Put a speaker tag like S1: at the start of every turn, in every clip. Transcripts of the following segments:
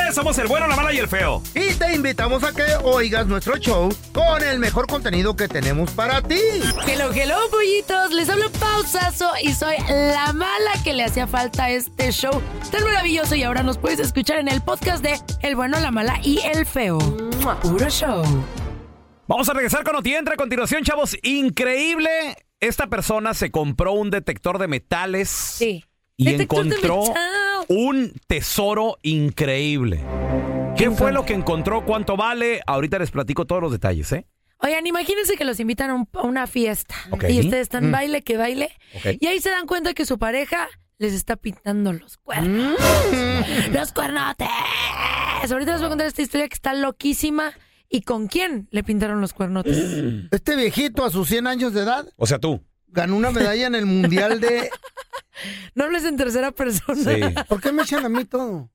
S1: Somos el bueno, la mala y el feo.
S2: Y te invitamos a que oigas nuestro show con el mejor contenido que tenemos para ti.
S3: Hello, hello, pollitos. Les hablo pausazo y soy la mala que le hacía falta a este show tan maravilloso. Y ahora nos puedes escuchar en el podcast de El bueno, la mala y el feo. Puro show.
S1: Vamos a regresar con Otientra. A continuación, chavos, increíble. Esta persona se compró un detector de metales y
S3: Detector de
S1: encontró
S3: metal.
S1: un tesoro increíble. ¿Qué fue lo que encontró? ¿Cuánto vale? Ahorita les platico todos los detalles, ¿eh?
S3: Oigan, imagínense que los invitan a, un- a una fiesta
S1: Ok.
S3: y ustedes están
S1: Mm.
S3: baile que baile
S1: Ok.
S3: y ahí se dan cuenta que su pareja les está pintando los cuernos.
S1: Mm.
S3: ¡Los cuernotes! Ahorita les voy a contar esta historia que está loquísima y con quién le pintaron los cuernotes.
S2: Este viejito a sus 100 años de edad
S1: O sea, tú.
S2: ganó una medalla en el Mundial de...
S3: No hables en tercera persona.
S1: Sí.
S2: ¿Por qué me echan a mí todo?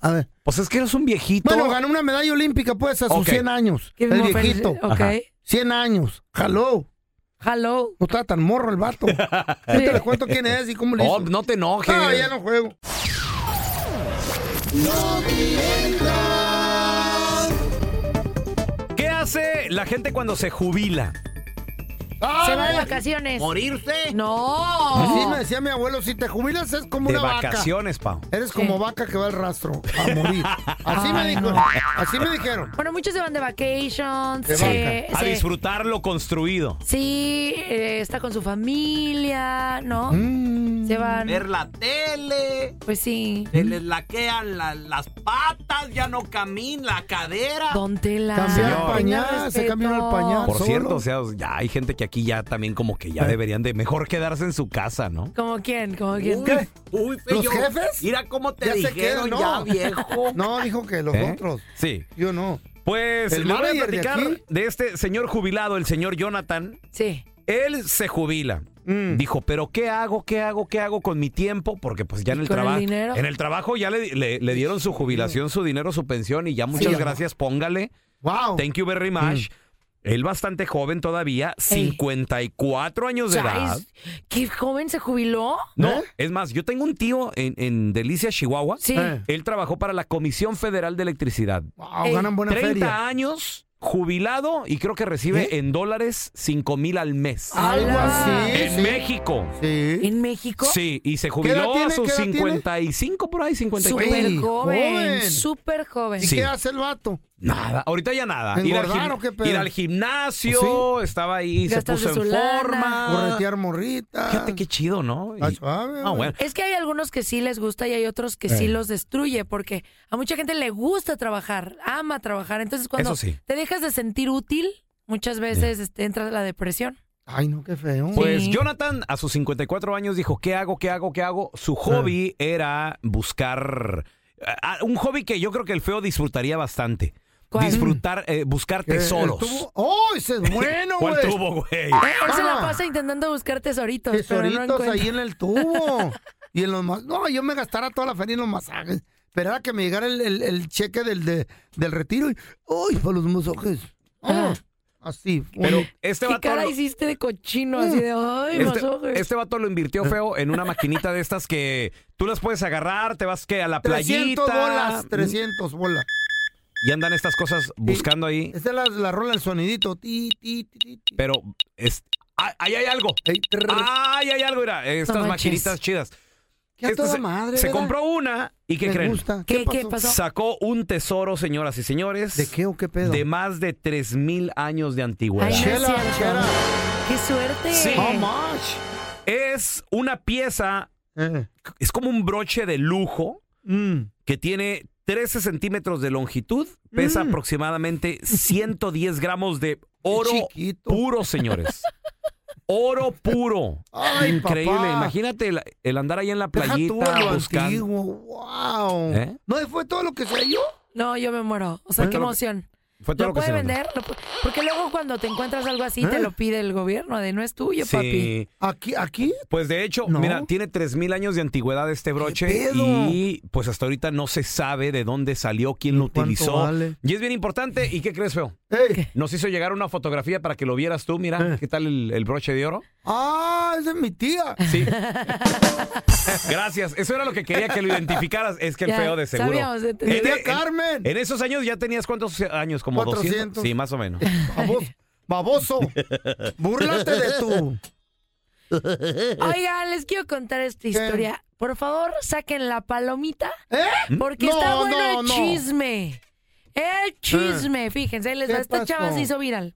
S2: A ver.
S1: Pues es que eres un viejito.
S2: Bueno, ganó una medalla olímpica pues a sus
S1: Ok.
S2: 100 años.
S3: Que
S2: El
S3: me ofende-
S2: viejito.
S3: Ok.
S1: Ajá.
S2: 100 años. Hello.
S3: Hello.
S2: No estaba tan morro el vato. Yo te le cuento quién es y cómo le
S1: Oh,
S2: hizo.
S1: no te enojes.
S2: Ah, ya no juego.
S1: ¿Qué hace la gente cuando se jubila?
S3: Se va de vacaciones.
S1: Morirse.
S2: Ah, Así
S3: No.
S2: me decía mi abuelo, si te jubilas es como
S1: De
S2: una vaca.
S1: vacaciones, Pau.
S2: Eres como
S3: Sí.
S2: vaca que va al rastro a morir. Así me
S3: Ay,
S2: dijo,
S3: no.
S2: así me dijeron.
S3: Bueno, muchos se van de vacations.
S2: De
S3: se-
S1: A
S3: se-
S1: disfrutar lo construido.
S3: Sí, eh, está con su familia, ¿no?
S2: Mm.
S3: Se van.
S1: la tele.
S3: Pues sí.
S1: Se les laquean las patas, ya no camina, la cadera.
S3: Don Tela.
S2: Cambió el
S3: tenga
S2: pañal, se
S3: respeto.
S2: cambió el pañal.
S1: Por
S2: solo. Eh.
S1: cierto, o sea, ya hay gente que aquí ya también como que ya deberían de mejor quedarse en su casa, ¿no?
S3: ¿Como quién? ¿Como quién?
S4: Uy,
S2: ¿Los jefes?
S4: Mira cómo te
S2: Ya se quedan,
S4: dijeron
S2: ¿no?
S4: ya, viejo.
S2: No, dijo que los
S1: ¿Eh?
S2: otros.
S1: Sí.
S2: Yo no.
S1: Pues
S2: ¿El
S1: le voy a
S2: manager de
S1: platicar de,
S2: aquí?
S1: este señor jubilado, el señor Jonathan.
S3: Sí.
S1: Él se jubila.
S2: Mm.
S1: Dijo, pero ¿qué hago? ¿Qué hago? ¿Qué hago con mi tiempo? Porque pues ya en
S3: ¿Y
S1: el
S3: con el
S1: trabajo.
S3: dinero?
S1: En el trabajo ya le, le- le dieron su jubilación, su dinero, su pensión y ya muchas
S2: ya.
S1: gracias, póngale.
S2: Wow.
S1: Thank you very
S2: Mm.
S1: much. Él bastante joven todavía,
S3: Ey.
S1: 54 años de edad.
S3: Chais, ¿Qué joven se jubiló?
S1: No, es más, yo tengo un tío en, en Delicia, Chihuahua.
S3: Sí.
S2: Eh.
S1: Él trabajó para la Comisión Federal de Electricidad.
S2: Wow,
S3: Ey,
S2: ganan buena
S1: 30
S2: feria.
S1: años, jubilado y creo que recibe
S2: ¿Eh?
S1: en dólares 5 mil al mes.
S2: Algo
S3: Ala.
S2: así.
S1: en
S2: sí.
S1: México.
S2: Sí.
S3: ¿En México?
S1: Sí, y se
S2: ¿Qué
S1: jubiló
S2: edad
S1: a
S2: tiene?
S1: sus
S2: ¿Qué edad tiene?
S1: 55 por ahí, 54.
S3: Súper
S2: Ey,
S3: joven.
S2: joven.
S3: Súper joven.
S2: ¿Y
S1: Sí.
S2: qué hace el vato?
S1: Nada, ahorita ya nada. Ir al,
S2: ¿Engordar
S1: gim-
S2: o qué pedo?
S1: ir al gimnasio,
S2: ¿Oh,
S1: estaba ahí, se
S3: Gastarse
S1: puso en
S3: su lana.
S1: forma.
S2: Corretear morrita.
S1: Ah. Fíjate qué chido, ¿no? Y-
S2: Ah, suave,
S1: ah, bueno.
S3: Es que hay algunos que sí les gusta y hay otros que sí los destruye, porque a mucha gente le gusta trabajar, ama trabajar. Entonces, cuando
S1: Eso sí.
S3: te dejas de sentir útil, muchas veces este, entra la depresión.
S2: Ay, no, qué feo.
S1: Pues
S3: Sí.
S1: Jonathan a sus 54 años dijo, ¿qué hago? ¿Qué hago? ¿Qué hago? Su
S2: Ah.
S1: hobby era buscar... ah, un hobby que yo creo que el feo disfrutaría bastante.
S3: ¿Cuál?
S1: Disfrutar, eh, buscar
S2: Que el
S1: tesoros.
S2: tubo- ¡Oh, ese es bueno, güey!
S1: ¿Cuál tubo, güey?
S3: Eh, Él se la
S2: Ah.
S3: pasa intentando buscar tesoritos, pero no
S2: Tesoritos
S3: encuentra.
S2: ahí en el tubo. y en los mas- No, yo me gastara toda la feria en los masajes. Esperaba que me llegara el, el- el cheque del, de- del retiro y. ¡Uy! Para los masajes. Ah, Así.
S1: Pero
S2: un-
S1: este
S3: ¿Qué
S1: vato.
S3: cara
S1: lo-
S3: hiciste de cochino? Así de, ay,
S1: Este,
S3: los ojos.
S1: este vato lo
S2: Ah.
S1: invirtió feo en una maquinita de estas que tú las puedes agarrar, te vas que a la
S2: 300
S1: playita.
S2: bolas, 300 bolas.
S1: Y andan estas cosas buscando ahí.
S2: Esa es la, la rola del sonidito. Ti, ti, ti, ti, ti.
S1: Pero es, ah, ahí hay algo.
S2: Ey, trrr.
S1: Ahí hay algo, mira. Estas
S3: manches.
S1: maquinitas chidas.
S2: Qué a
S1: Este
S2: toda
S1: se,
S2: madre,
S1: se
S2: ¿verdad?
S1: compró una y ¿qué
S2: Me
S1: creen?
S2: gusta.
S3: ¿Qué- qué pasó?
S1: Sacó un tesoro, señoras y señores.
S2: ¿De qué o qué pedo?
S1: De más de 3.000 años de antigüedad.
S3: Ay, no es
S2: Chela,
S3: cierto.
S2: chela.
S3: ¡Qué suerte!
S1: Sí.
S2: How much?
S1: Es una pieza,
S2: Eh.
S1: es como un broche de lujo
S2: Mm.
S1: que tiene 13 centímetros de longitud,
S2: Mm.
S1: pesa aproximadamente 110 gramos de oro
S2: chiquito.
S1: puro, señores. Oro puro.
S2: Ay,
S1: Increíble.
S2: papá.
S1: Imagínate el, el andar ahí en la
S2: Deja tú
S1: playita
S2: lo
S1: buscando.
S2: antiguo. Wow.
S1: ¿Eh?
S2: ¿No fue todo lo que se halló?
S3: No, yo me muero. O sea, qué emoción.
S1: Fue
S3: ¿Lo
S1: todo lo que
S3: puede
S1: se nos-
S3: vender? ¿Lo pu- Porque luego cuando te encuentras algo así,
S2: ¿Eh?
S3: te lo pide el gobierno. De no es tuyo, papi.
S1: Sí.
S2: Aquí, aquí.
S1: Pues de hecho,
S2: ¿No?
S1: mira, tiene 3000 años de antigüedad este broche
S2: pedo?
S1: y pues hasta ahorita no se sabe de dónde salió, quién lo
S2: cuánto
S1: utilizó.
S2: vale?
S1: Y es bien importante, ¿y qué crees, feo?
S2: Ey.
S1: Nos hizo llegar una fotografía para que lo vieras tú, mira,
S2: Eh.
S1: ¿qué tal el, el broche de oro?
S2: Ah, esa es mi tía.
S1: Sí. Gracias, eso era lo que quería que lo identificaras, es que el
S3: Ya,
S1: feo de seguro.
S3: sabíamos, de-
S2: Mi
S1: En-
S2: tía
S1: en-
S2: Carmen.
S1: En esos años ya tenías cuántos años, como 200.
S2: 400.
S1: Sí, más o menos.
S2: Babos- baboso. Búrlate de tu. Eh.
S3: Oigan, les quiero contar esta historia. Por favor, saquen la palomita.
S2: ¿Eh?
S3: Porque
S2: No,
S3: está bueno
S2: no,
S3: el
S2: no. Eh.
S3: chisme. El chisme, fíjense, ahí les
S2: ¿Qué
S3: va. Esta chava
S2: pasó?
S3: se hizo viral.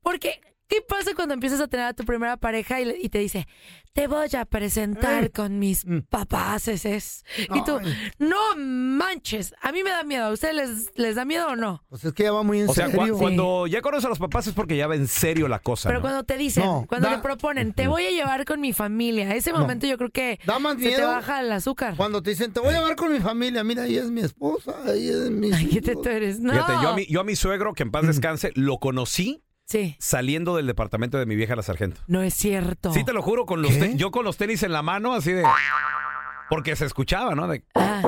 S3: Porque, ¿qué pasa cuando empiezas a tener a tu primera pareja y, le- y te dice, te voy a presentar con mis papás? Y tú,
S2: Eh. Mm. Ay.
S3: no manches, a mí me da miedo. ¿A ustedes les, les da miedo o no?
S2: Pues es que ya va muy en
S1: O sea, cua-
S2: serio.
S1: cuando ya conoces a los papás es porque ya va en serio la cosa.
S3: Pero
S1: ¿no?
S3: cuando te dicen,
S2: No,
S3: cuando
S2: da-
S3: le proponen, te voy a llevar con mi familia, ese momento yo creo que
S2: Da más
S3: se te
S2: miedo
S3: baja el azúcar.
S2: Cuando te dicen, te voy a llevar con mi familia. Mira, ahí es mi esposa. Ahí es mi.
S3: Ay, ¿qué te tú eres? No.
S1: Fíjate, yo a, mi, yo a mi suegro, que en
S2: Mm.
S1: paz descanse, lo conocí
S3: Sí,
S1: saliendo del departamento de mi vieja la sargento.
S3: no es cierto.
S1: Sí, te lo juro, con los
S2: Oh. ¿Qué?
S1: te- yo con los tenis en la mano, así de. Porque se escuchaba, ¿no? De-
S3: Ah,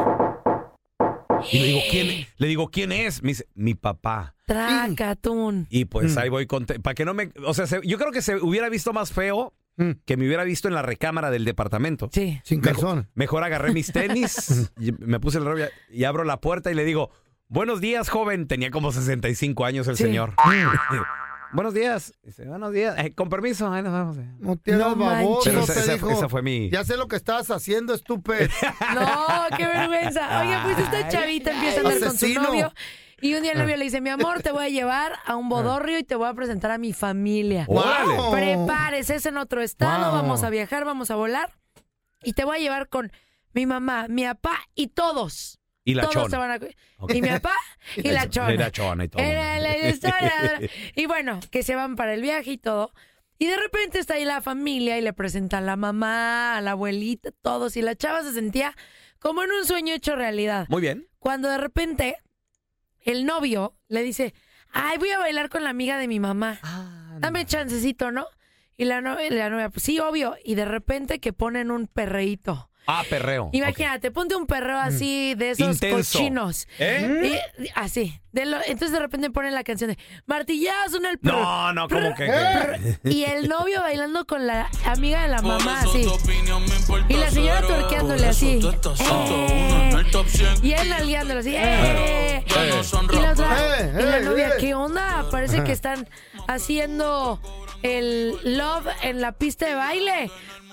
S1: y le digo, ¿quién, e-? le digo, ¿quién es? Me dice, mi papá.
S3: tracatún.
S1: Y
S2: Mm.
S1: pues ahí voy con. Para que no me. O sea, se- yo creo que se hubiera visto más feo
S2: Mm.
S1: que me hubiera visto en la recámara del departamento.
S3: Sí.
S2: Sin calzón.
S1: Mejor agarré mis tenis, y me puse el rollo y abro la puerta y le digo, buenos días, joven. Tenía como 65 años el
S3: Sí.
S1: señor.
S2: Mm.
S1: buenos días. Dice, buenos días. "Eh, con permiso, ahí nos vemos.
S2: No te hagas
S3: No
S2: baboso.
S3: manches.
S1: Pero
S2: Te
S1: esa, esa-
S2: dijo,
S1: esa fue mi...
S2: Ya sé lo que estabas haciendo, estúpido.
S3: No, qué vergüenza. Oiga, pues esta chavita empieza a andar con su
S2: Asesino.
S3: novio. Y un día el
S1: Ah.
S3: novio le dice, mi amor, te voy a llevar a un bodorrio y te voy a presentar a mi familia.
S1: ¡Órale!
S2: Wow.
S3: Prepárese, es en otro estado,
S2: Wow.
S3: vamos a viajar, vamos a volar. Y te voy a llevar con mi mamá, mi papá y todos.
S1: Y la
S3: todos
S1: chona.
S3: se van a...
S1: Ok.
S3: Y mi papá y la chona.
S1: Y la chona y todo.
S3: Era la historia. Y bueno, que se van para el viaje y todo. Y de repente está ahí la familia y le presentan a la mamá, a la abuelita, todos. Y la chava se sentía como en un sueño hecho realidad.
S1: Muy bien.
S3: Cuando de repente el novio le dice, ay, voy a bailar con la amiga de mi mamá. Dame chancecito, ¿no? Y la, no- la novia, pues sí, obvio. Y de repente que ponen un perreíto.
S1: Ah, perreo.
S3: Imagínate, ponte un perreo así de esos
S1: Mm. Intenso.
S3: cochinos.
S1: Ok. ¿Eh?
S3: Y- y- así. de lo- entonces de repente ponen la canción de Martillazo en el perro.
S1: No, no, como que...
S3: Y el novio bailando con la amiga de la mamá así. Ah, Y la señora torqueándole así. Eh. Y él nalgueándole así. eh. Y la otra,
S2: Eh,
S3: y la
S2: eh,
S3: novia,
S2: eh.
S3: ¿qué onda? Parece que están haciendo el love en la pista de baile.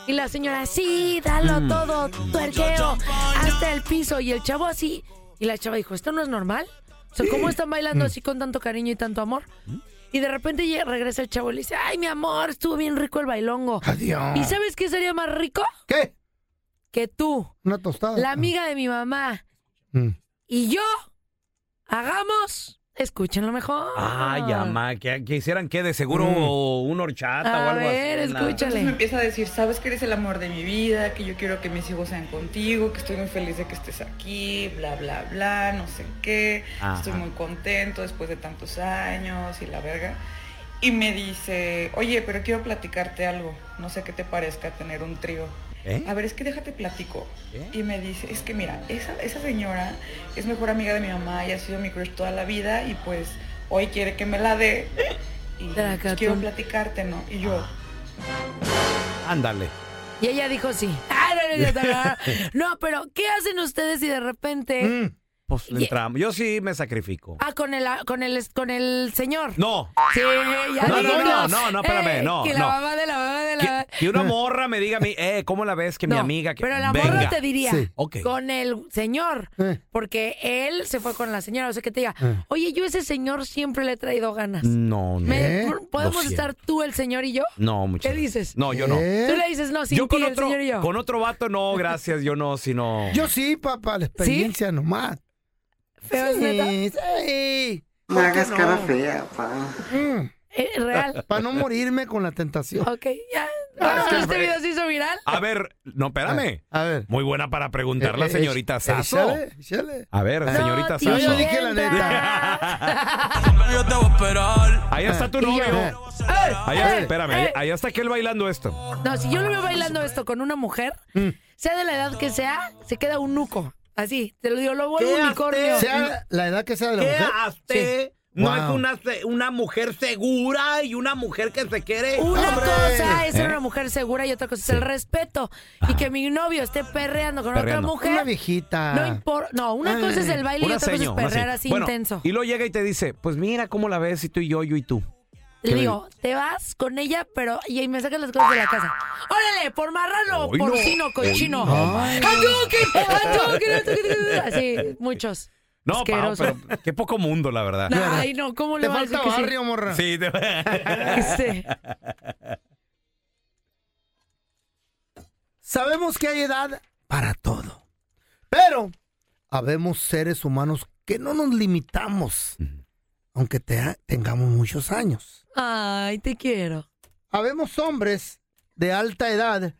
S3: Y la señora, sí, dalo todo, tuerqueo, hasta el piso. Y el chavo así. Y la chava dijo, ¿esto no es normal? O sea, ¿cómo están bailando así con tanto cariño y tanto amor? Y de repente llega- regresa el chavo y le dice, ay, mi amor, estuvo bien rico el bailongo.
S2: Adiós.
S3: ¿Y sabes qué sería más rico?
S2: ¿Qué?
S3: Que tú,
S2: Una tostada.
S3: la amiga de mi mamá
S2: Mm.
S3: y yo, hagamos, escúchenlo mejor.
S1: Ay,
S3: Ah.
S1: amá, que, que hicieran qué, de seguro una horchata o
S3: Mm. A
S1: algo
S3: ver,
S1: así. Nah.
S4: Entonces me
S3: escúchale.
S4: empieza a decir, sabes que eres el amor de mi vida, que yo quiero que mis hijos sean contigo, que estoy muy feliz de que estés aquí, bla, bla, bla, no sé qué,
S1: Ajá.
S4: estoy muy contento después de tantos años y la verga. Y me dice, oye, pero quiero platicarte algo, no sé qué te parezca tener un trío.
S1: ¿Eh?
S4: A ver, es que déjate platico.
S1: ¿Eh?
S4: Y me dice, es que mira, esa, esa señora es mejor amiga de mi mamá y ha sido mi crush toda la vida y pues hoy quiere que me la dé. y
S3: Tracatón.
S4: quiero platicarte, ¿no? Y yo,
S1: Ah. Ándale.
S3: Y ella dijo sí. Ah, no, no, no, no, no. No, pero ¿qué hacen ustedes si de repente...
S1: Pues le
S3: Ye-
S1: entramos. Yo sí me sacrifico.
S3: Ah, con el, con el, con el señor.
S1: No.
S3: Sí, ya
S1: No, no,
S3: digo,
S1: no, no, no, espérame,
S3: Eh,
S1: no,
S3: Que la
S1: no.
S3: mamá de la mamá de la...
S1: Que, que una morra me diga a mí, eh, ¿cómo la ves? Que mi
S3: No,
S1: amiga. Que...
S3: Pero la
S1: Venga.
S3: morra te diría
S2: Sí.
S1: Ok.
S3: con el señor,
S2: Eh.
S3: porque él se fue con la señora. O sea, que te diga,
S1: Ah.
S2: Eh.
S3: oye, yo a ese señor siempre le he traído ganas.
S1: No, no.
S3: ¿Me-
S2: ¿Eh?
S1: Mm. Lo
S3: ¿Podemos
S1: siento.
S3: estar tú, el señor y yo?
S1: No, muchas
S3: ¿Qué
S1: gracias.
S3: dices?
S1: No, yo no.
S2: ¿Eh?
S3: Tú le dices, no, sin
S1: Yo
S3: ti,
S1: con
S3: el
S1: otro,
S3: señor y yo.
S1: con otro vato, no, gracias, yo no, sino.
S2: ¿Eh? Yo sí, papá, la experiencia nomás.
S3: Feo, es neta.
S2: Sí, sí.
S5: No
S2: ¿Por qué
S5: hagas
S2: no?
S5: cara fea, pa.
S3: Eh, real.
S2: Para no morirme con la tentación.
S3: ok, ya.
S2: Ah, es que
S3: este
S2: fue-
S3: video se hizo viral.
S1: A ver, no, espérame.
S2: A ver.
S1: Muy buena para preguntar la
S2: Eh, eh,
S1: señorita
S2: eh,
S1: Sasso.
S2: échale, échale.
S1: A ver,
S3: No,
S1: señorita
S3: tío,
S2: Yo
S1: Sasso.
S2: ya dije la
S3: entra.
S1: Ahí está tu
S3: Y yo,
S1: novio.
S3: eh,
S1: Allá,
S3: eh,
S1: espérame,
S3: eh.
S1: ahí- ah. ahí está aquel bailando esto.
S3: No, si yo lo veo bailando esto con una mujer,
S1: Mm.
S3: sea de la edad que sea, se queda un nuco. Así, te lo digo, lo vuelvo
S1: ¿Qué
S3: unicornio.
S1: haces?
S2: Sea la edad que sea de la
S1: ¿Qué
S2: mujer.
S1: hace?
S2: Sí.
S1: No
S2: Wow.
S1: es una, se- una mujer segura y una mujer que se quiere.
S3: Una
S2: ¡Hombre!
S3: cosa es ser
S1: ¿Eh?
S3: una mujer segura y otra cosa es el respeto. Y que mi novio esté perreando con
S1: Perreando.
S3: otra mujer.
S2: Una viejita.
S3: No importa. No, una
S2: Ay.
S3: cosa es el baile y
S1: Una
S3: otra
S1: seño,
S3: cosa
S1: una
S3: es perrear
S1: seño.
S3: así
S1: Bueno,
S3: intenso.
S1: Y luego llega y te dice, pues mira cómo la ves, y tú y yo, yo y tú.
S3: Le digo, te vas con ella, pero. Y ahí me sacas las cosas de la casa. ¡Órale! Por marrano,
S1: Hoy no.
S3: porcino, cochino.
S2: Ay.
S3: ¡Atuque! ¡Atuque! ¡Atuque! Así, muchos.
S1: No, Pao,
S3: Asqueroso.
S1: pero qué poco mundo, la verdad.
S3: No, ay, no, ¿cómo le
S2: Te
S3: vas a decir
S2: falta
S3: que sí?
S2: barrio, morra.
S1: Sí, te-
S3: Este,
S2: Sabemos que hay edad para todo. Pero habemos seres humanos que no nos limitamos, aunque te- tengamos muchos años.
S3: Ay, te quiero.
S2: Habemos hombres de alta edad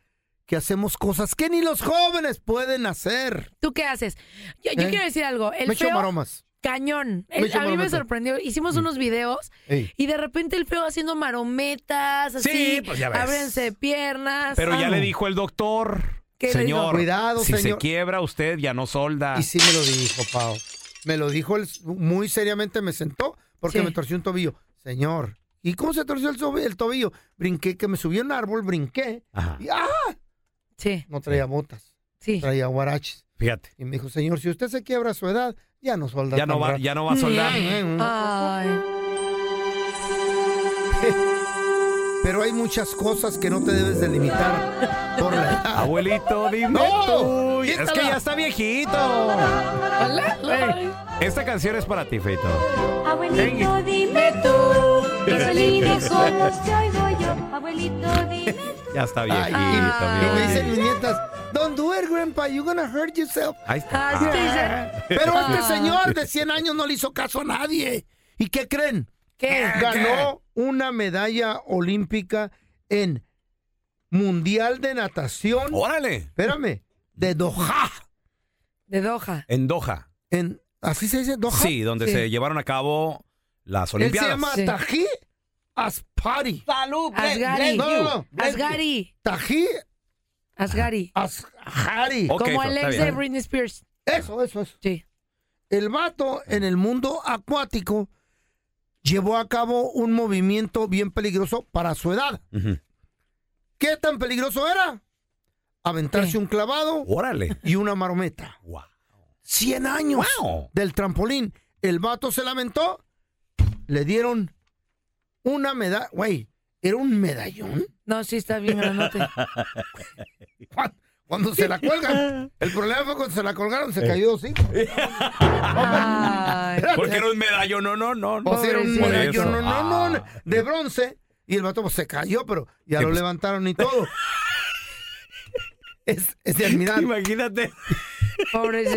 S2: que hacemos cosas que ni los jóvenes pueden hacer.
S3: ¿Tú qué haces? Yo, yo
S2: ¿Eh?
S3: quiero decir algo. El
S2: Me echo
S3: feo,
S2: maromas.
S3: cañón.
S2: Me
S3: El-
S2: echo
S3: a mí me
S2: marometa.
S3: sorprendió. Hicimos unos videos
S2: Ey.
S3: y de repente el feo haciendo marometas, así.
S1: Sí, pues ya ves.
S3: Ábrense de piernas.
S1: Pero ya
S3: Ah,
S1: le dijo el doctor.
S3: ¿Qué le dijo?
S1: Señor,
S2: Cuidado,
S1: si
S2: señor.
S1: se quiebra usted ya no solda.
S2: Y sí me lo dijo, Pau. Me lo dijo él muy seriamente, me sentó porque
S3: Sí.
S2: me torció un tobillo. Señor, ¿y cómo se torció el, sobi- el tobillo? Brinqué, que me subió un árbol, brinqué.
S1: Ajá.
S2: Y ¡ah!
S3: Sí,
S2: No traía botas,
S3: sí.
S2: traía guaraches.
S1: Fíjate,
S2: Y me dijo, señor, si usted se quiebra a su edad, ya no solda
S1: ya no
S2: tan
S1: va,
S2: rápido".
S1: ya no va a soldar.
S3: Ay.
S2: Pero hay muchas cosas que no te debes delimitar por la edad.
S1: Abuelito, dime
S2: No,
S1: tú. Ah, Es
S2: quítala.
S1: que ya está viejito. Esta canción es para ti, Feito.
S6: Abuelito, dime tú, qué solines solos te oigo yo. Abuelito, dime tú.
S1: Ya está
S2: Ay,
S1: viejito,
S2: y, y
S1: mi
S2: me dicen mis
S1: abuelito.
S2: nietas, don't do it, grandpa, you're gonna hurt yourself.
S1: Ahí está.
S3: Ay,
S1: Ah,
S3: te dicen-
S2: Pero este
S3: Ah.
S2: señor de 100 años no le hizo caso a nadie. ¿Y qué creen?
S3: ¿Qué?
S2: Ganó una medalla olímpica en Mundial de Natación.
S1: Oh. Órale.
S2: Espérame, de Doha.
S3: De Doha.
S1: En Doha.
S2: En, ¿Así se dice Doha?
S1: Sí, donde
S3: Sí.
S1: se llevaron a cabo las
S2: Él se
S1: Olimpiadas.
S2: llama
S3: Sí.
S2: Tají Aspari.
S3: Asgari.
S2: Oh, no, no, no.
S3: Asgari.
S2: Tají
S3: Asgari.
S2: Ashari.
S1: Ok,
S3: Como
S1: Fer,
S3: el
S1: está
S3: ex
S1: bien.
S3: de Britney Spears.
S2: Eso, eso, eso.
S3: Sí.
S2: El vato en el mundo acuático llevó a cabo un movimiento bien peligroso para su edad.
S1: Ujú.
S2: ¿Qué tan peligroso era? Aventarse
S3: ¿Qué?
S2: un clavado
S1: Órale.
S2: y una marometa.
S1: Wow.
S2: 100 años
S1: Wow.
S2: del trampolín. El vato se lamentó. Le dieron una medalla. Güey, ¿era un medallón?
S3: No, sí, está bien grandote.
S2: Cuan- Cuando se la cuelgan. El problema fue cuando se la colgaron,
S1: Eh,
S2: se cayó sí.
S3: Ay.
S1: Porque era un medallo, no, no, no. no.
S2: O sea, era un
S3: Pobrecito.
S2: medallón,
S1: Por
S2: no,
S1: eso.
S2: no, no,
S1: Ah.
S2: de bronce. Y el vato pues, se cayó, pero ya
S1: Sí,
S2: lo
S1: pues.
S2: levantaron y todo. es, es de admirar.
S1: Imagínate.
S3: Pobre
S2: ¡Venga,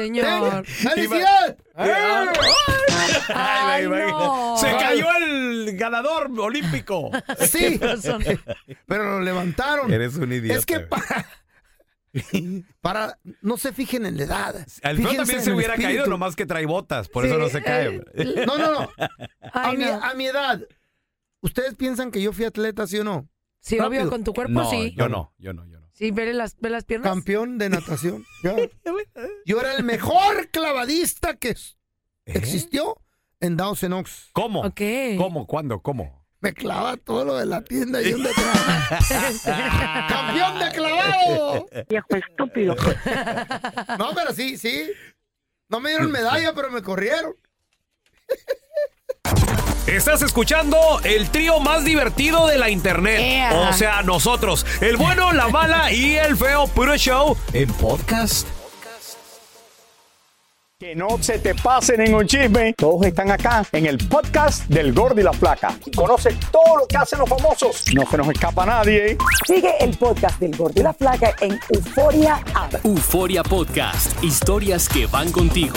S3: señor.
S2: ¡Felicidad! Ah,
S1: Ay,
S3: Ay,
S1: me imagino.
S3: no.
S1: Se cayó el ganador olímpico.
S2: Sí, pero lo levantaron.
S1: Eres un idiota.
S2: Es que para, para- no se fijen en la edad.
S1: Al feo
S2: Fíjense
S1: también
S2: en
S1: se
S2: el
S1: hubiera
S2: espíritu.
S1: caído, nomás que trae botas, por eso no se cae.
S2: No, no, no. A
S3: Ay,
S2: mi,
S3: no.
S2: a mi edad. ¿Ustedes piensan que yo fui atleta, sí o no?
S3: Sí,
S2: rápido.
S3: obvio, con tu cuerpo
S1: no,
S3: sí.
S1: yo no, yo no, yo no.
S3: Sí, ve las, ve las piernas.
S2: Campeón de natación. Ya. Yo era el mejor clavadista que s-
S1: ¿Eh?
S2: existió en Dawson Oaks.
S1: ¿Cómo?
S3: Ok.
S1: ¿Cómo? ¿Cuándo? ¿Cómo?
S2: me clava todo lo de la tienda y un de ¡Campeón de clavado!
S5: Viejo estúpido. pues.
S2: No, pero sí, sí. No me dieron medalla, pero me corrieron.
S1: Estás escuchando el trío más divertido de la internet.
S3: Ea.
S1: O sea, nosotros, el bueno, la mala y el feo puro show en podcast.
S7: Que no se te pase ningún chisme. Todos están acá en el podcast del Gordi y la Flaca. Y conoce todo lo que hacen los famosos. No se nos escapa nadie.
S8: Sigue el podcast del Gordo y la Flaca en Euforia App.
S9: Euforia Podcast, historias que van contigo.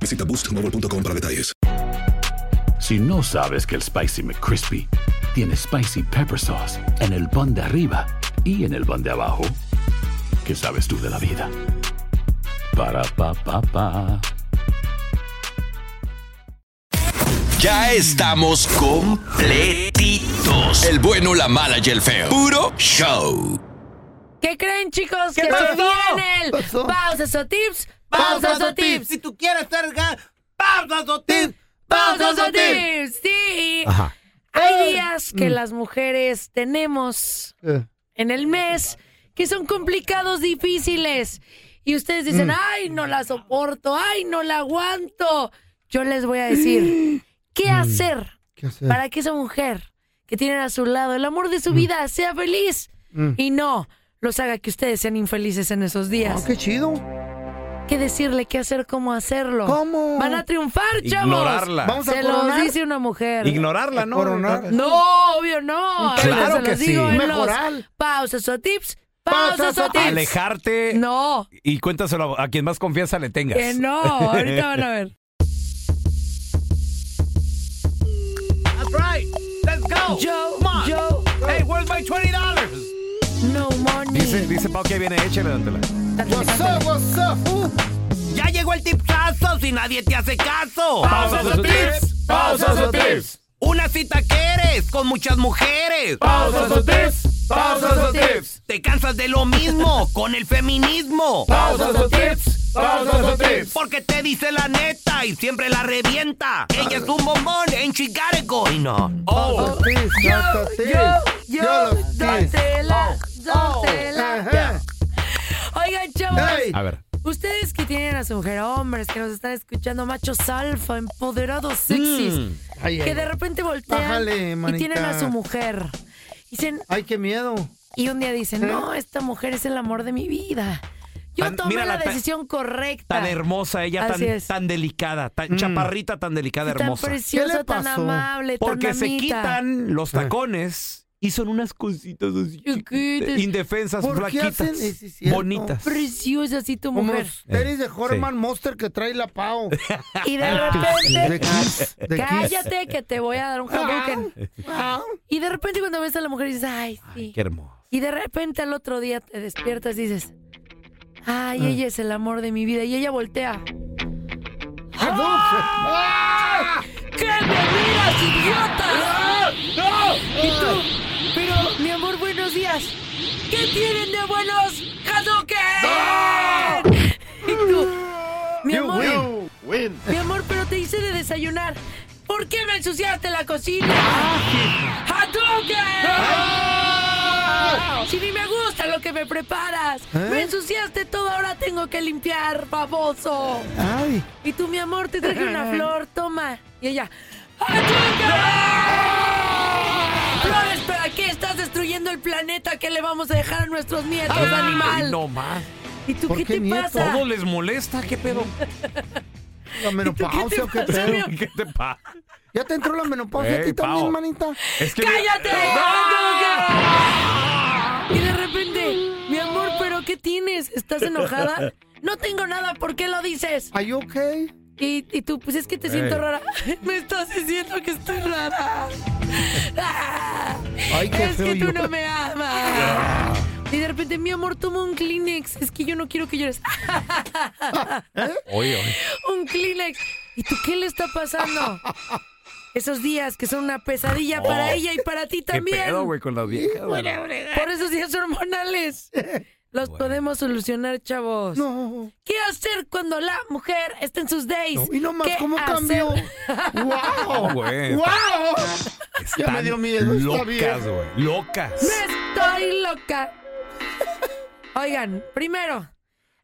S10: Visita boostmobile.com para detalles.
S11: Si no sabes que el Spicy McCrispy tiene Spicy Pepper Sauce en el pan de arriba y en el pan de abajo, ¿qué sabes tú de la vida? Para, pa, pa, pa.
S12: Ya estamos completitos. El bueno, la mala y el feo. Puro show.
S3: ¿Qué creen, chicos?
S12: ¿Qué
S3: que
S12: pasó?
S3: se viene el
S12: Pasó.
S3: pausas o tips, pausas o tips.
S13: Si tú quieres ser gan- pausas o tips,
S3: Pausas o tips. Sí.
S13: Ajá.
S3: Hay días que
S13: Mm.
S3: las mujeres tenemos en el mes que son complicados, difíciles. Y ustedes dicen,
S13: Mm.
S3: ay, no la soporto, ay, no la aguanto. Yo les voy a decir, ¿qué hacer para que esa mujer que tienen a su lado el amor de su vida sea feliz
S2: Mm.
S3: y no los haga que ustedes sean infelices en esos días.
S2: qué chido.
S3: ¿Qué decirle? ¿Qué hacer? ¿Cómo hacerlo? ¿Cómo? Van a triunfar, chavos.
S1: Ignorarla. Vamos a
S3: Se lo
S1: coronar.
S3: dice una mujer.
S1: Ignorarla, ¿no? Coronar.
S3: No, obvio, no.
S1: Claro
S3: Se
S1: que
S3: los digo
S1: sí.
S3: en los
S1: Mejorar.
S3: pausas o tips. Pausas o tips.
S1: Alejarte.
S3: No.
S1: Y cuéntaselo a quien más confianza le tengas.
S3: Que no. Ahorita van a ver.
S1: That's right. Let's go.
S3: Yo,
S1: Come on.
S3: yo.
S1: Hey, where's my $20?
S3: No money.
S1: Dice, dice Pau que viene, échale, dántela.
S13: What's up, what's up? Uh. Ya llegó el tipsazo si nadie te hace caso.
S1: Pausas o tips, pausas o tips.
S13: Una cita que eres con muchas mujeres.
S1: Pausas o tips, pausas o tips.
S13: Te cansas de lo mismo con el feminismo.
S1: Pausas o tips, pausas o tips.
S13: Porque te dice la neta y siempre la revienta. Ella es un bombón en Chicago y no.
S2: Oh, yo, Oh,
S3: Dátela, dátela. Oigan, chavos.
S1: A ver.
S3: Ustedes que tienen a su mujer, hombres que nos están escuchando, machos alfa, empoderados, sexys,
S2: Mm. Ay,
S3: que
S2: ay.
S3: de repente voltean
S2: Bájale,
S3: y tienen
S2: manita.
S3: a su mujer. Dicen,
S2: ay, qué miedo.
S3: Y un día dicen,
S2: ¿Eh?
S3: no, esta mujer es el amor de mi vida. Yo
S1: Tan-
S3: tomé
S1: mira,
S3: la
S1: la ta-
S3: decisión correcta.
S1: Tan hermosa ella,
S3: Así
S1: tan,
S3: es.
S1: tan delicada,
S2: Mm.
S1: tan chaparrita, tan delicada,
S3: Tan
S1: hermosa.
S3: preciosa, ¿Qué le tan pasó? amable, tan
S1: Porque se
S3: mamita.
S1: quitan los
S2: Ah.
S1: tacones y son unas cositas así chiquitas, indefensas,
S2: ¿Por qué
S1: flaquitas,
S2: hacen eso? Sí, cierto.
S1: bonitas.
S3: Preciosa, así tu
S2: Como
S3: mujer.
S2: los tenis de Horman
S1: Sí.
S2: Monster que trae la Pau.
S3: Y de
S2: Ah.
S3: repente-
S2: De Kiss, de Kiss.
S3: Cállate que te voy a dar un
S1: Ah,
S3: jabuquen. Y de repente cuando ves a la mujer dices, ay, sí.
S1: Qué hermoso.
S3: Y de repente al otro día te despiertas y dices, ay, ella es el amor de mi vida. Y ella voltea. ¡Ah! ¡Qué me miras, idiota! Y tú, pero, mi amor, buenos días. ¿Qué tienen de buenos Hadouken? Y tú, mi
S13: You
S3: amor,
S13: win.
S3: mi amor, pero te hice de desayunar. ¿Por qué me ensuciaste la cocina? ¡Hadouken! Si ni me gusta lo que me preparas, me ensuciaste todo, ahora tengo que limpiar, baboso.
S2: Ay.
S3: Y tú, mi amor, te traje una flor, toma. Y ella, ¡Hadouken! Flores, pero aquí estás destruyendo el planeta. ¿Qué le vamos a dejar a nuestros nietos, animal?
S1: Ah. No más.
S3: ¿Y tú qué, te pasa?
S1: ¿Todo les molesta? ¿Qué pedo?
S2: ¿La menopausia o qué
S1: pasa,
S2: pedo?
S1: amigo? ¿Qué te pasa?
S2: ¿Ya te entró la menopausia a
S1: Ey,
S2: ti también,
S1: Pao.
S2: manita?
S1: Es que-
S3: ¡Cállate! Como que- Y de repente, mi amor, ¿pero qué tienes? ¿Estás enojada? No tengo nada, ¿por qué lo dices?
S2: ¿Are you okay?
S3: Y, y tú, pues es que te
S2: Ey.
S3: siento rara. Me estás diciendo que estoy rara. Ah,
S2: Ay, qué
S3: es
S2: feo
S3: que tú
S2: llora.
S3: no me amas. Y de repente, mi amor, toma un Kleenex. Es que yo no quiero que llores.
S1: Oye, oye.
S3: un Kleenex. ¿Y tú qué le está pasando? Esos días que son una pesadilla para
S1: Oh.
S3: ella y para ti
S1: ¿Qué
S3: también.
S1: pedo, güey, con las viejas? güey?
S3: Por esos días hormonales. Los podemos solucionar, chavos.
S2: No.
S3: ¿Qué hacer cuando la mujer está en sus days?
S2: No, y no más,
S3: ¿Qué
S2: ¿cómo
S3: hacer?
S2: cambió?
S1: No,
S2: ¡Wow!
S1: güey.
S2: ¡Wow! Ya
S1: Están
S2: me dio miedo. Está
S1: Locas,
S2: bien.
S1: güey. Locas.
S3: Estoy loca. Oigan, primero,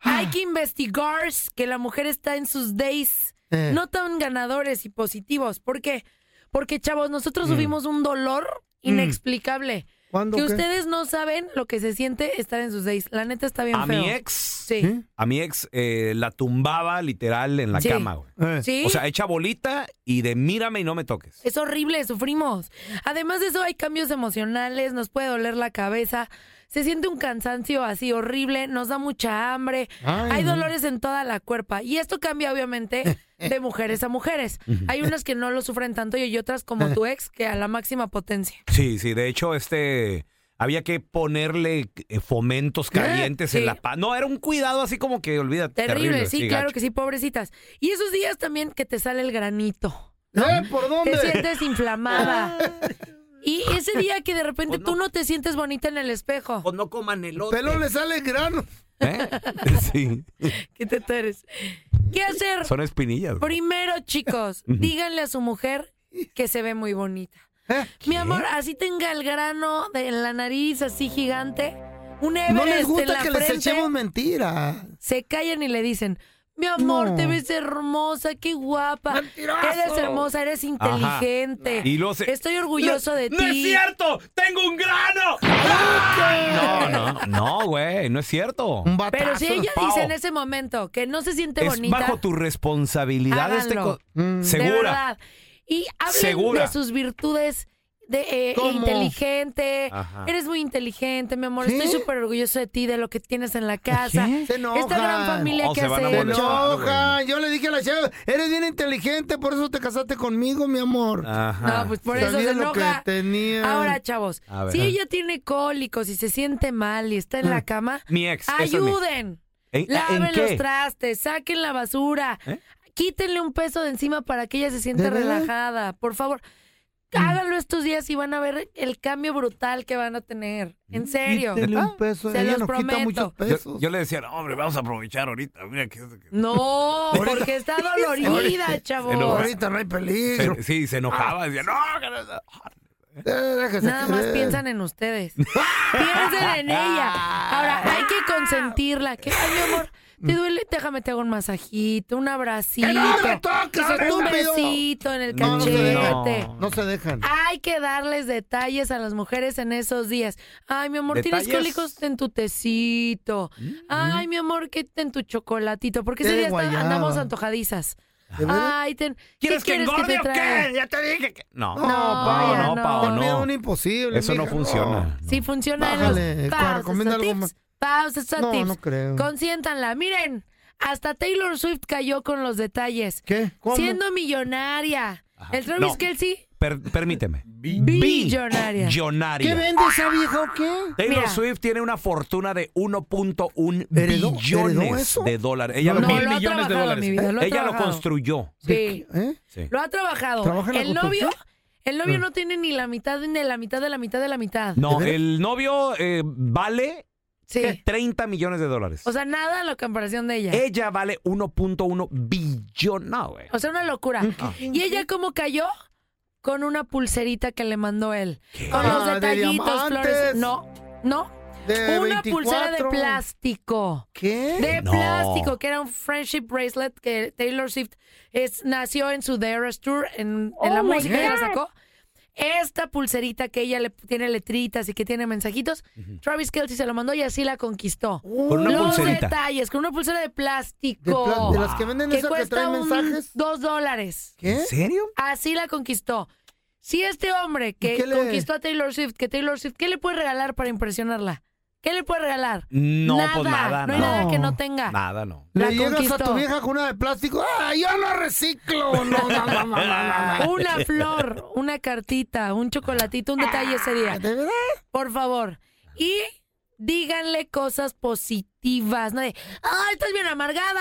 S2: Ah.
S3: hay que investigar que la mujer está en sus days
S1: Eh.
S3: no tan ganadores y positivos. ¿Por qué? Porque, chavos,
S1: Mm.
S3: nosotros tuvimos un dolor inexplicable.
S2: ¿Cuándo
S3: Que
S2: qué?
S3: ustedes no saben lo que se siente estar en sus days. La neta está bien
S1: A
S3: feo.
S1: mi ex.
S3: Sí.
S1: A mi ex eh, la tumbaba literal en la
S3: Sí.
S1: cama, güey.
S2: Eh,
S3: Sí.
S1: O sea, echa bolita y de mírame y no me toques.
S3: Es horrible, sufrimos. Además de eso, hay cambios emocionales, nos puede doler la cabeza, se siente un cansancio así horrible, nos da mucha hambre,
S5: Ay,
S3: hay
S5: no.
S3: dolores en toda la cuerpa. Y esto cambia, obviamente, de mujeres a mujeres.
S1: Ujú.
S3: Hay unas que no lo sufren tanto y hay otras como tu ex, que a la máxima potencia.
S1: Sí, sí, de hecho, este había que ponerle eh, fomentos
S3: Ah,
S1: calientes en la pa- No, era un cuidado así como que olvídate.
S3: Terrible, sí, claro
S1: gacho.
S3: que sí, pobrecitas. Y esos días también que te sale el granito.
S2: ¿Eh? ¿Por dónde?
S3: Te sientes inflamada. Y ese día que de repente tú Pues no Pues te sientes bonita en el espejo.
S1: O no coman elote.
S2: Pelo le sale grano.
S1: ¿Eh? Sí.
S3: ¿Qué te eres? ¿Qué hacer?
S1: Son espinillas. güey.
S3: Primero, chicos, díganle a su mujer que se ve muy bonita.
S1: ¿Eh?
S3: Mi amor, así tenga el grano de- en la nariz, así gigante. Un Everest
S2: No les
S3: en la
S2: gusta que les
S3: frente.
S2: echemos mentiras.
S3: Se callan y le dicen, mi amor,
S2: No.
S3: te ves hermosa, qué guapa. Eres hermosa, eres
S1: Ajá.
S3: inteligente.
S1: Y lo sé-
S3: Estoy orgulloso
S1: No-
S3: de ti.
S1: ¡No es cierto! ¡Tengo un grano! No, no, no, güey, no es cierto.
S3: Pero si ella
S1: Pao,
S3: dice en ese momento que no se siente
S1: es
S3: bonita.
S1: bajo tu responsabilidad este
S3: Háganlo.
S1: co-
S3: De
S1: segura.
S3: verdad. Y hablen
S1: Segura.
S3: de sus virtudes de eh,
S1: ¿Cómo?
S3: inteligente.
S1: Ajá.
S3: Eres muy inteligente, mi amor.
S2: ¿Sí?
S3: Estoy súper orgulloso de ti, de lo que tienes en la casa.
S2: Se enojan.
S3: Esta gran familia
S1: Oh,
S3: que hace.
S2: Se enojan. Yo le dije a la chava, eres bien inteligente, por eso te casaste conmigo, mi amor.
S3: No, pues por
S2: Te
S3: eso se
S2: olvidas lo
S3: enoja.
S2: que tenía.
S3: Ahora, chavos,
S2: A ver.
S3: si ella tiene cólicos y se siente mal y está en la cama,
S1: Mi ex, esa Mm. es mi ex.
S3: ayuden.
S1: ¿En-
S3: Laven
S1: en qué?
S3: los trastes, saquen la basura,
S2: ¿Eh?
S3: quítenle un peso de encima para que ella se sienta
S1: ¿De verdad?
S3: relajada. Por favor,
S2: Mm.
S3: háganlo estos días y van a ver el cambio brutal que van a tener. En serio. Ah,
S2: Quítenle un peso,
S3: Se
S2: ella
S3: los
S2: nos quita
S3: prometo.
S2: muchos
S1: Yo, yo le decía, "No, hombre, vamos a aprovechar ahorita. Mira que
S3: No, porque está dolorida, chavos.
S2: Ahorita no hay peligro. Eh,
S1: Se- sí, se
S3: Ah.
S1: enojaba. Decía, no, que no-
S3: Nada más piensan en ustedes. piensen en ella. Ahora,
S2: Ah.
S3: hay que consentirla. Que, ay, mi amor, te duele, déjame te hago un masajito, un abracito.
S2: Mm. ¡Que no me toques,
S3: quizás un
S2: estúpido!
S3: besito en el
S2: No, no se
S3: cachete.
S2: dejan. No se dejan.
S3: Hay que darles detalles a las mujeres en esos días. Ay, mi amor, tienes
S2: ¿Detalles? Mm,
S3: cólicos en tu tecito. Ay, mi amor, que en tu chocolatito. Porque
S2: Té
S3: ese
S2: de
S3: día está-
S2: guayaba.
S3: andamos antojadizas.
S2: ¿De veras?
S3: Ay, ten,
S1: ¿Quieres que engorde o qué?
S2: Ya te dije que.
S1: No,
S2: No, Pao,
S1: no,
S2: no.
S1: Pao, no.
S2: También un imposible,
S1: Eso no
S2: mija,
S1: funciona.
S3: Sí, funciona en
S2: Bájale,
S3: los
S2: Juan, recomienda
S3: pausas o
S2: algo
S3: tips.
S2: más.
S3: Pausas o
S2: No,
S3: tips.
S2: no creo.
S3: Consiéntanla. Miren, hasta Taylor Swift cayó con los detalles.
S2: ¿Qué?
S1: ¿Cómo?
S3: Siendo millonaria. El Travis
S1: No.
S3: Kelsey.
S1: Per- permíteme.
S3: Billonaria.
S1: Billonaria.
S2: esa vieja o qué?
S1: Taylor
S3: Mira.
S1: Swift tiene una fortuna de 1.1
S2: ¿Heredó- heredó
S1: billones
S2: eso?
S1: de dólares. Ella
S3: No,
S1: lo-
S3: lo ha
S1: mil millones de
S3: trabajado,
S1: dólares.
S3: mi vida, lo ha
S1: Ella lo
S3: trabajado.
S1: construyó.
S3: Sí.
S2: ¿Eh?
S1: Sí.
S3: Lo ha trabajado.
S1: ¿Trabaja en la
S3: El novio.
S1: construcción?
S3: El novio no tiene ni la mitad ni de la mitad de la mitad de la mitad.
S1: Mm. No, el novio eh, vale 30 millones de dólares.
S3: O sea, nada en la comparación de ella.
S1: Ella vale 1.1 billón. No, güey.
S3: O sea, una locura.
S2: Mm,
S1: Ah.
S3: ¿Y ella cómo cayó? Con una pulserita que le mandó él. Con
S2: Ah,
S3: los
S2: de
S3: detallitos,
S2: diamantes.
S3: flores. No, no.
S2: De
S3: una pulsera de
S2: 24.
S3: plástico.
S2: ¿Qué?
S3: De
S2: No.
S3: plástico, que era un friendship bracelet que Taylor Swift es, nació en su The Eras Tour, en, en
S2: Oh
S3: la
S2: my
S3: música que la
S2: God.
S3: sacó. esta pulserita que ella le tiene letritas y que tiene mensajitos, Travis Kelsey se lo mandó y así la conquistó.
S1: Con una
S3: Los
S1: pulserita.
S3: detalles, con una pulsera de plástico.
S2: De pla- de las que venden esas que
S3: cuesta
S2: traen
S3: un
S2: mensajes.
S3: Dos dólares.
S2: ¿Qué? ¿En serio?
S3: Así la conquistó. Si este hombre
S2: ¿Y
S3: que
S2: qué le-
S3: conquistó a Taylor Swift, que Taylor Swift, ¿qué le puede regalar para impresionarla? ¿Qué le puede regalar?
S1: No, pues nada,
S3: No hay
S1: nada.
S3: nada que no tenga.
S1: Nada, no.
S3: La
S2: Le llegas a
S3: conquistó.
S2: tu vieja con una de plástico. ¡Ah, yo no reciclo! No, no, no, no, no, no, no.
S3: Una flor, una cartita, un chocolatito, un detalle sería. ¿De
S2: verdad?
S3: Por favor. Y díganle cosas positivas, no de, ¡ay, estás bien amargada!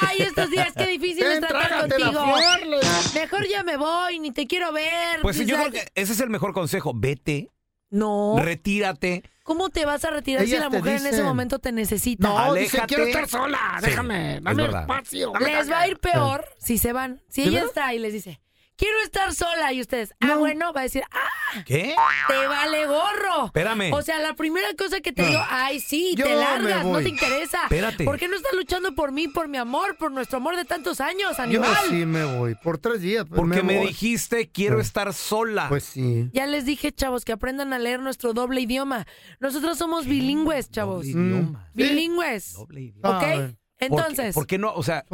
S3: ¡Ay, estos días qué difícil es
S2: Ven,
S3: tratar
S2: trágate la
S3: contigo!
S2: flor, le-
S3: Mejor ya me voy, ni te quiero ver.
S1: Pues
S3: ni
S1: yo creo
S3: sabes-
S1: que ese es el mejor consejo. Vete,
S3: No.
S1: retírate.
S3: ¿Cómo te vas a retirar si
S1: Ellas
S3: la
S1: te
S3: mujer en ese
S1: dicen.
S3: momento te necesita?
S1: No, dice, Aléjate. quiero estar
S2: sola,
S1: Sí, déjame, es dame verdad. espacio.
S3: Les va a ir peor si se van. Si
S1: ¿De
S3: ella
S1: verdad?
S3: está y les dice, quiero estar sola, y ustedes, ah, bueno, va a decir, ah,
S1: ¿Qué?
S3: te vale gorro.
S1: Espérame.
S3: O sea, la primera cosa que te
S1: Ah.
S3: digo, ay, sí,
S1: Yo
S3: te
S1: me
S3: largas, no
S1: voy.
S3: te interesa.
S1: Espérate.
S3: ¿Por qué no estás luchando por mí, por mi amor, por nuestro amor de tantos años,
S2: Yo
S3: animal?
S2: sí me voy. Por tres días. pues,
S1: Porque me
S2: voy.
S1: dijiste quiero
S2: Sí.
S1: estar sola.
S2: Pues sí.
S3: Ya les dije, chavos, que aprendan a leer nuestro doble idioma. Nosotros somos bilingües, chavos.
S1: idioma.
S3: Bilingües. ¿Ok?
S1: Ah, bueno.
S3: mm. Entonces,
S1: ¿Por qué, por qué no? O sea,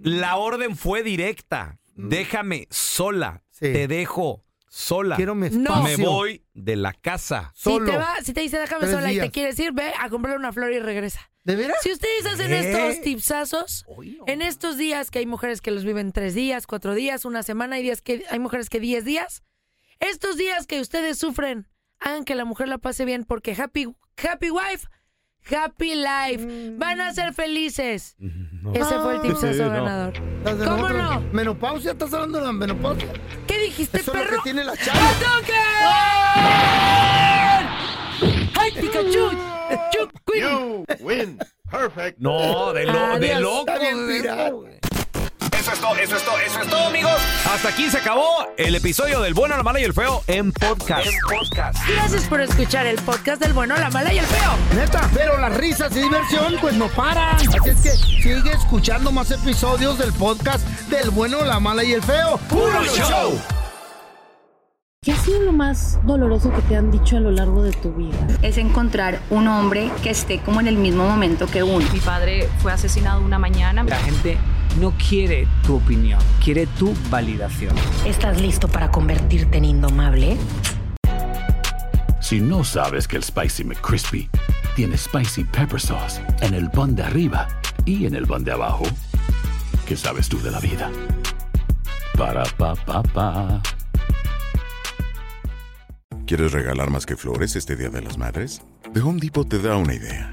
S1: la orden fue directa.
S2: Mm.
S1: Déjame sola. Te dejo sola.
S2: Quiero mi
S3: No.
S1: Me
S3: espacio.
S1: voy de la casa.
S3: Si te, va, si te dice déjame
S1: Tres
S3: sola y
S1: días.
S3: te quieres ir, ve a comprar una flor y regresa.
S2: ¿De veras?
S3: Si ustedes hacen
S1: ¿Qué?
S3: estos tipsazos, en estos días que hay mujeres que los viven tres días, cuatro días, una semana, hay, días que, hay mujeres que diez días, estos días que ustedes sufren, hagan que la mujer la pase bien porque happy, happy wife, happy life. Van a ser felices. Ese fue el tipsazo
S2: Sí, no.
S3: ganador.
S2: Las de
S3: ¿Cómo
S2: nosotros.
S3: no?
S2: Menopausia, estás hablando de la menopausia.
S3: ¿Qué dijiste,
S2: Eso Es lo
S3: perro?
S2: que tiene la
S3: ¡No
S2: chava.
S3: toquen! ¡Ay, Pikachu! ¡Chup,
S14: You win. Perfect.
S1: No, de, lo, de
S14: Adiós.
S1: loco.
S14: Está bien
S1: de-
S14: pirata,
S1: Eso es todo, eso es todo, eso es todo, amigos. Hasta aquí se acabó el episodio del bueno, la mala y el feo en podcast.
S3: Gracias por escuchar el podcast del bueno, la mala y el feo.
S2: Neta, pero las risas y diversión pues no paran. Así es que sigue escuchando más episodios del podcast del bueno, la mala y el feo.
S15: ¡Puro show!
S16: ¿Qué ha sido lo más doloroso que te han dicho a lo largo de tu vida?
S17: es encontrar un hombre que esté como en el mismo momento que uno. Mi padre fue asesinado una mañana.
S18: La gente no quiere tu opinión, quiere tu validación.
S19: ¿Estás listo para convertirte en indomable?
S20: Si no sabes que el Spicy McCrispy tiene Spicy Pepper Sauce en el pan de arriba y en el pan de abajo, ¿qué sabes tú de la vida? Para, pa, pa, pa.
S10: ¿Quieres regalar más que flores este Día de las Madres? The Home Depot te da una idea.